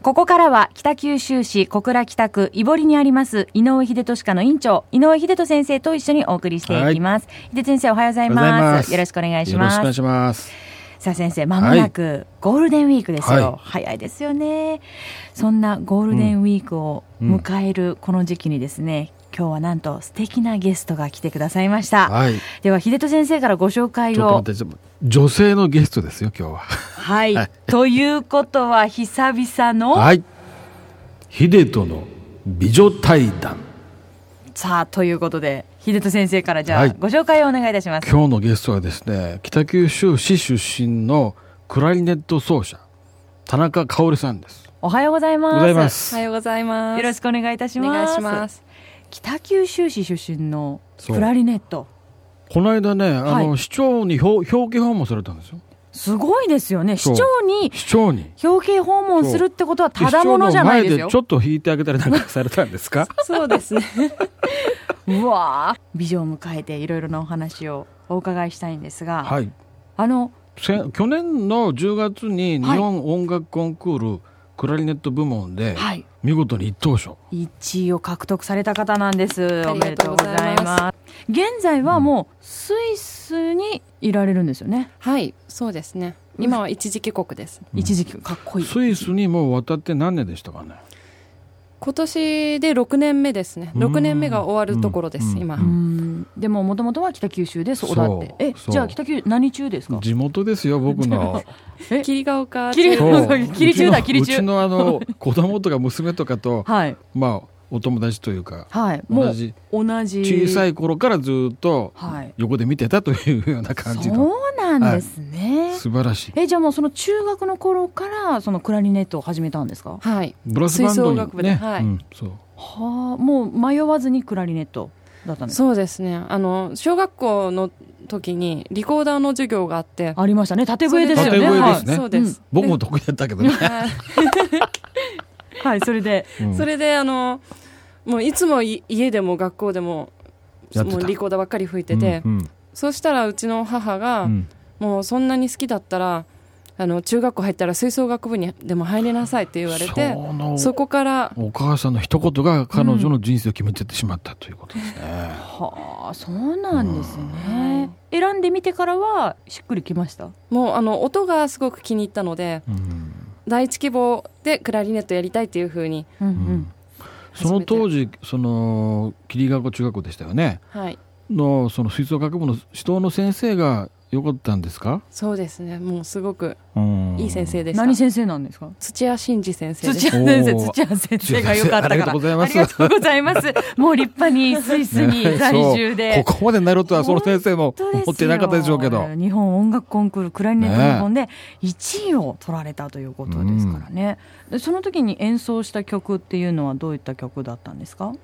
ここからは北九州市小倉北区井堀にあります井上秀俊科の院長井上秀人先生と一緒にお送りしていきます、秀俊先生おはようございおはようございまますすよろしくお願いしよろましくお願いすします。さあ先生まもなくゴールデンウィークですよ、は早いですよねそんなゴールデンウィークを迎えるこの時期にですね、今日はなんと素敵なゲストが来てくださいました、はい。では秀人先生からご紹介ちをょっと待ってちょっと、女性のゲストですよ、今日は。はい、ということは久々の、はい。秀人の美女対談。さあということで秀人先生からじゃあ、はいご紹介をお願いいたします今日のゲストはですね、北九州市出身のクラリネット奏者、田中香織さんです。おはようございますございまおすは。ようございます。よろしくお願いいたしおます願いします。北九州市出身のそうクラリネットこの間ね、あの、は市長に表表敬訪問されたんですよ。すごいですよね市そう長に市長に。表敬訪問するってことはでただものじゃないで市す長の前よでちょっと弾いてあげたりなんかされた んですかそうですね。うわー美女を迎えていろいろなお話をお伺いしたいんですが、はい。あのせ去年の10月に日本音楽コンクールクラリネット部門ではい見事に一等賞、 1位を獲得された方なんですおあめりでがととううごござざいいますます現在はもうスイスにいられるんですよね、はい、そうですね。今は一時帰国です。うん一時期かっこいいスイスにもう渡って何年でしたかね今年で六年目ですね。うん六年目が終わるところでうす。ん今うう。んでももともとは北九州で育ってえそうじゃあ北九州何中ですか地元ですよ僕のえ霧ヶ丘霧中そう霧中だうちの霧中うちのあの子供とか娘とかとはいまあお友達というかはいも同うじ同じ小さい頃からずっとはい横で見てたというような感じのそうなんですね、素晴らしいえじゃあもうその中学の頃からそのクラリネットを始めたんですかははい。ブラスバンド吹奏楽に部でね、はいうんそうあもう迷わずにクラリネットだったんですかそうですね。あの小学校の時にリコーダーの授業があって。ありましたね縦笛ですよね縦笛ですねはいそうです。僕も得意だったけどね、はい。はい、はい、それでうん それであのもういつもい家でも学校でもやってたもうリコーダーばっかり吹いてて、うんうんそうしたらうちの母が、うんもうそんなに好きだったらあの中学校入ったら吹奏楽部にでも入りなさいって言われてそのそこからお母さんの一言が彼女の人生を決めてってしまったということですね、はあそうなんですうんはねい、選んでみてからはしっくりきましたもうあの音がすごく気に入ったのでうん第一希望でクラリネットやりたいっていうふうに、うんうんその当時その霧ヶ丘中学校でしたよねはい、のその吹奏楽部の指導の先生が良かったんですか、そうですねもうすごくうんいい先生でした何先生なんですか土屋真二先生で土す屋先生、おー土屋先生が良かったから。土屋先生ありがとうございますありがとうございます。もう立派にスイスに在住で。そうここまでなるとはその先生本も当ですよ思ってなかったでしょうけど日本音楽コンクールクラリネット日本で1位を取られたということですからね、でその時に演奏した曲っていうのはどういった曲だったんですか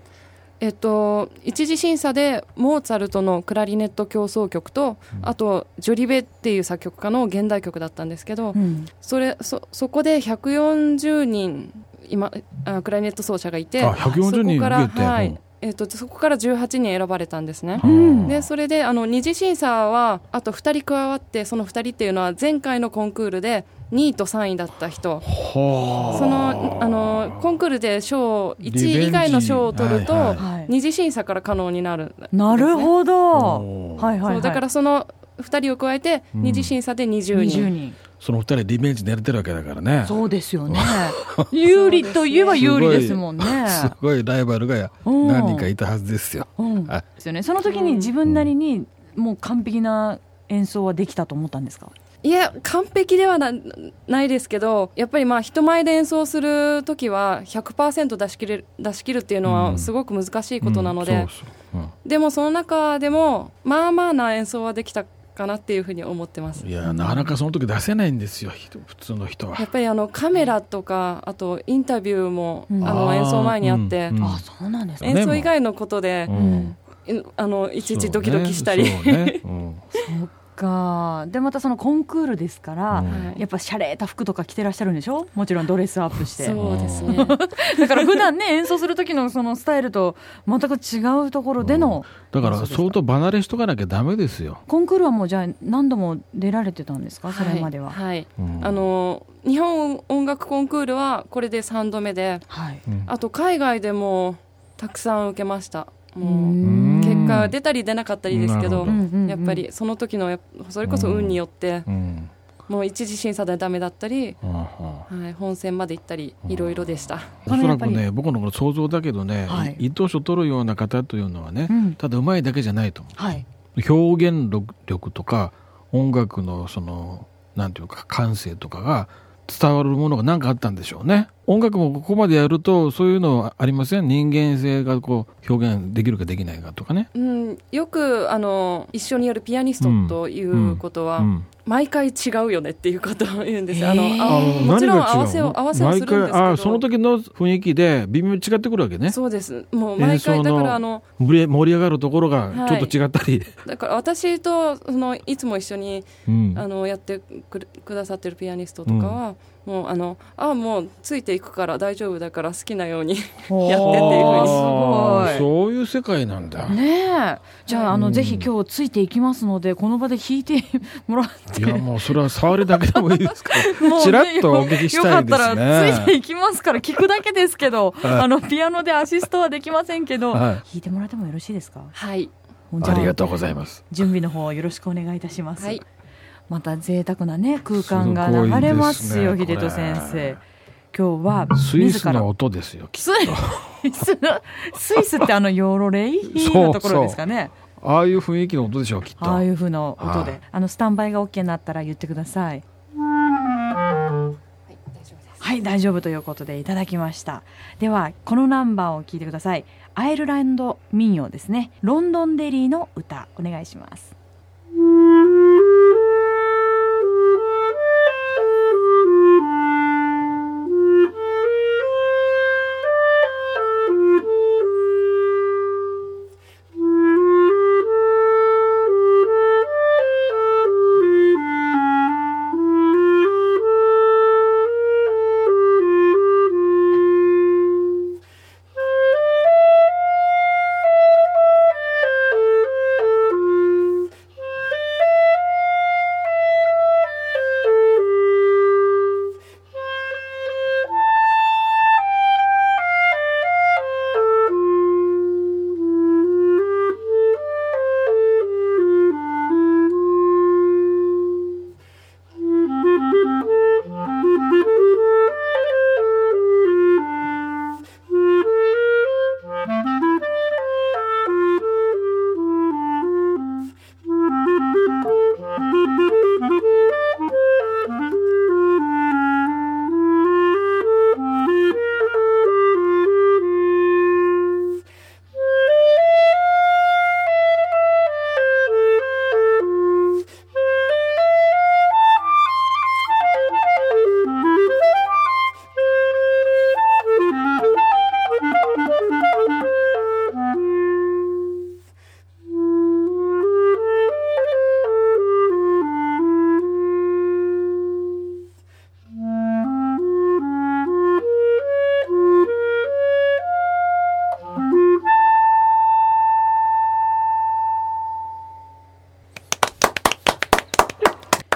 えっと、一次審査でモーツァルトのクラリネット協奏曲と、あとジョリベっていう作曲家の現代曲だったんですけど、うんそれそそこで140人今あクラリネット奏者がいてあ140人そこから、受けてはうんいえっと、そこから18人選ばれたんですね。うんでそれであの二次審査はあと2人加わってその2人っていうのは前回のコンクールで2位と3位だった人はあそのあのコンクールで賞1位以外の賞を取リベンると、ジはいはい二次審査から可能になるんですね、なるど、ほどおーはいはい、はい、そうだからその2人を加えてうん二次審査で20人、 20人その二人リベンジ狙ってるわけだからねそうです よね有利といえば有利ですもんねすごいライバルがうん何人かいたはずですようん、はいですよね。その時に自分なりにもう完璧な演奏はできたと思ったんですか。いや完璧ではなないですけどやっぱりまあ人前で演奏する時は100%出し切れる出し切るっていうのうはんすごく難しいことなので、うんそうそうでもその中でもまあまあな演奏はできたかなっていうふうに思ってますうんいやなかなかその時出せないんですよひと普通の人はやっぱりあのカメラとかあとインタビューも、うんあのあー演奏前にあって、うんあ、そうなんですえね。演奏以外のことでう、んいあのいちいちドキドキしたり、 そうねそうねうんそっかでまたそのコンクールですから、うんはいやっぱ洒落た服とか着てらっしゃるんでしょもちろんドレスアップしてそうですね。だから普段ね演奏する時のそのスタイルと全く違うところでのだかそうらですか相当離れしとかなきゃダメですよ、コンクールはもうじゃあ何度も出られてたんですかそれまでは。はいはい。うんあの日本音楽コンクールはこれで3度目で、うんあと海外でもたくさん受けました。うもうん結果は出たり出なかったりですけどう、んやっぱりその時のやっそれこそ運によって、うんもう一次審査でダメだったり、うんうんはい、本戦まで行ったりいろいろでした。おそらくこのやね僕のこの想像だけどね、はい一等賞取るような方というのはね、うんただうまいだけじゃないと思はい、う表現力とか音楽のそのなんていうか感性とかが伝わるものが何かあったんでしょうね音楽もここまでやるとそういうのはありません人間性がこう表現できるかできないかとかね、うん、よくあの一緒にやるピアニストということは、うん毎回違うよねっていうことを言うんですよ。あのへーあのもちろん何が違う合わせを合わせをするんですけ毎回あど。その時の雰囲気で微妙に違ってくるわけねそうですもう毎演奏回だのからあの盛り盛り上がるところがちょっと違ったり、だから私とそのいつも一緒にうんあのやってくるくださってるピアニストとかは、もうあのあもうついていくから大丈夫だから好きなようにやってっていう風におーすごいそういう世界なんだ。ねえじゃああの、うんぜひ今日ついていきますのでこの場で弾いて もらっていやもうそれは触りだけでもいいですからもうねちらっとお聞きしたいですよねかったらついていきますから聞くだけですけどはいあのピアノでアシストはできませんけ ど、はい弾いてもらってもよろしいですかはいじゃありがとうございます。準備の方よろしくお願いいたします、はいまた贅沢なね空間が流れますよすごいですね秀人先生今日はスイス自らの音ですよ。スイスのスイスってあのヨーロレイのところですかねああいう雰囲気の音でしょうきっと。ああいう風な音はでいあのスタンバイが OK になったら言ってくださいはい大丈夫ということでいただきましたではこのナンバーを聞いてくださいアイルランド民謡ですねロンドンデリーの歌お願いします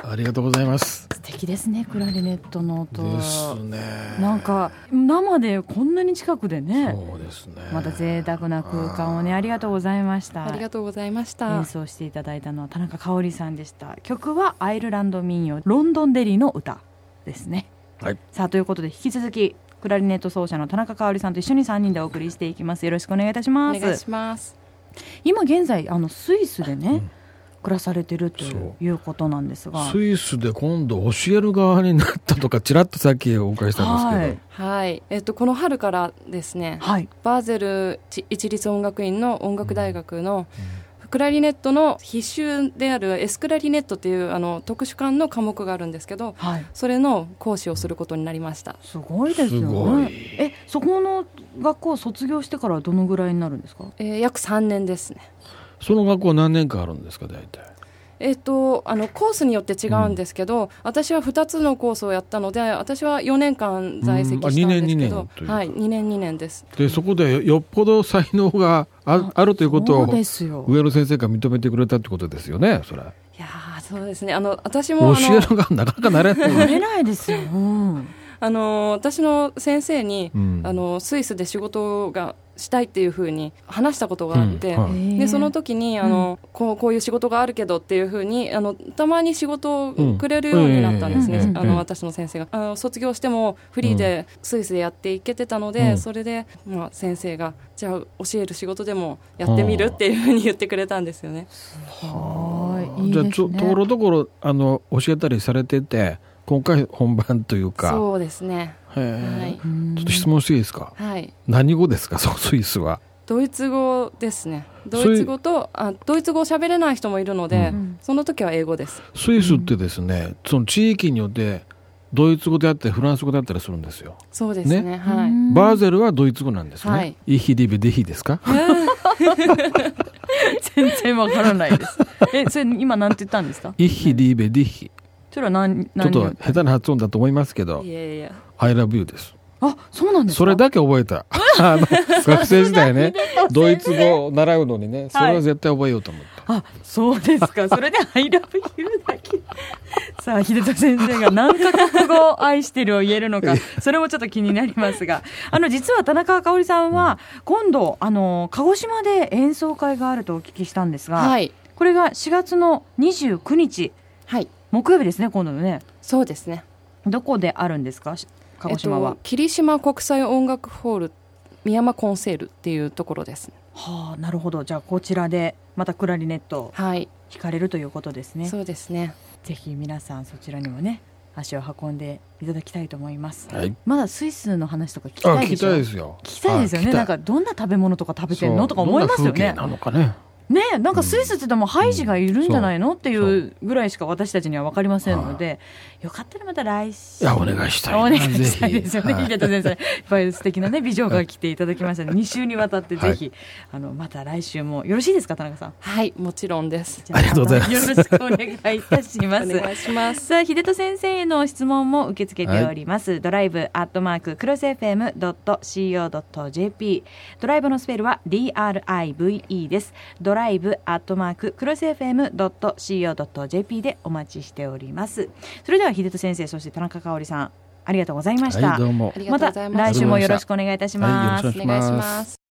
ありがとうございます。素敵ですねクラリネットの音はですね。なんか生でこんなに近くでねそうですね。また贅沢な空間をねありがとうございましたありがとうございました演奏していただいたのは田中香織さんでした曲はアイルランド民謡「ロンドンデリーの歌」ですね、はいさあということで引き続きクラリネット奏者の田中香織さんと一緒に3人でお送りしていきますよろしくお願いいたしおます願いします今現在あのスイスでね、ん暮らされてるとそういうことなんですがスイスで今度教える側になったとかちらっとさっきお伺いしたんですはけど。いはいえっとこの春からですねはいバーゼルち一律音楽院の音楽大学のクラリネットの必修であるエスクラリネットっていうあの特殊間の科目があるんですけどはいそれの講師をすることになりましたすごいですよねすごいえそこの学校を卒業してからはどのぐらいになるんですかえー約3年ですね、その学校何年間あるんですか大体。えっと、あのコースによって違うんですけど、私は2つのコースをやったので私は4年間在籍したんですけうんあど二年二年というかはい、2年2年ですでそこでよっぽど才能がああるということそうをですよ 上野先生が認めてくれたってことですよねそれいやーそうですねあの私教もあえるののがなかなかなれな い、取れないですよ、うんあの私の先生に、うんあのスイスで仕事がしたいっていうふうに話したことがあって、うんはいへえでその時にあの、こうこういう仕事があるけどっていうふうにあのたまに仕事をくれるようになったんですね、うんあうんの私の先生があの卒業してもフリーでスイスでやっていけてたのうで、んそれで、まあ、先生がじゃあ教える仕事でもやってみるっていうふうに言ってくれたんですよね。はいいいじでゃあすねちょところどころあの教えたりされてて今回本番というかそうですね、へえはいうんちょっと質問していいですかはい、何語ですかそうスイスはドイツ語ですねそドういうイツ語とあドイツ語を喋れない人もいるので、うんその時は英語ですスイスってですね、その地域によってドイツ語であったりフランス語であったりするんですよ、そうですねねはい、うんバーゼルはドイツ語なんですね、はいイヒディビディヒですか 全然わからないです。 え、それ今なんて言ったんですか。イヒディベディヒそれは何、ちょっ何とを。下手な発音だと思いますけどいやいや「I love you」ですあ、そうなんですか。それだけ覚 えたあの学生時代ねドイツ語を習うのにねそれは絶対覚えようと思った、あ、そうです か。それで I love you だけ。 さあ、秀田先生が何カ国語を愛してるを言えるのか、それもちょっと気になりますが、 あの、実は田中香織さんは、今度、あの、鹿児島で演奏会があるとお聞きしたんですが、はいこれが4月の29日、はい木曜日ですね、今度のね。そうですねどこであるんですか、し鹿児島えっはと、。霧島国際音楽ホール宮間コンセールっていうところですはあ、なるほど。じゃあ、こちらで、またクラリネットをはい、弾かれるということですね。そうですねぜひ皆さん、そちらにもね、足を運んでいただきたいと思います。はい、まだスイスの話とか聞きあたいで聞きしょたいですよ聞きたいですよねあ聞きたいなんかどんな食べ物とか食べてんそのうとか思いますよねどんな風景なのかねねえなんかスイスって言ってもハイジがいるんじゃないのっていうぐらいしか私たちには分かりませんのでよかったらまた来い週やお願いしたいお願いしたいぜひですよねはい秀田先生いっぱい素敵なね美女が来ていただきましたので2週にわたってぜひあのまた来週もよろしいですか田中さんはいもちろんですじゃありがとうございますよろしくお願いいたしま おす願いしますさあ秀人先生への質問も受け付けております、ドライブアットマーククロス FM.co.jp ドライブのスペルは DRIVE ですドライブアットマーククロス FM.co.jp でお待ちしておりますそれでは秀人先生そして田中香織さんありがとうございました、はいどうもありがまとたうございました来週もよろしくお願いいたします、はいよろしくお願いしますお願いします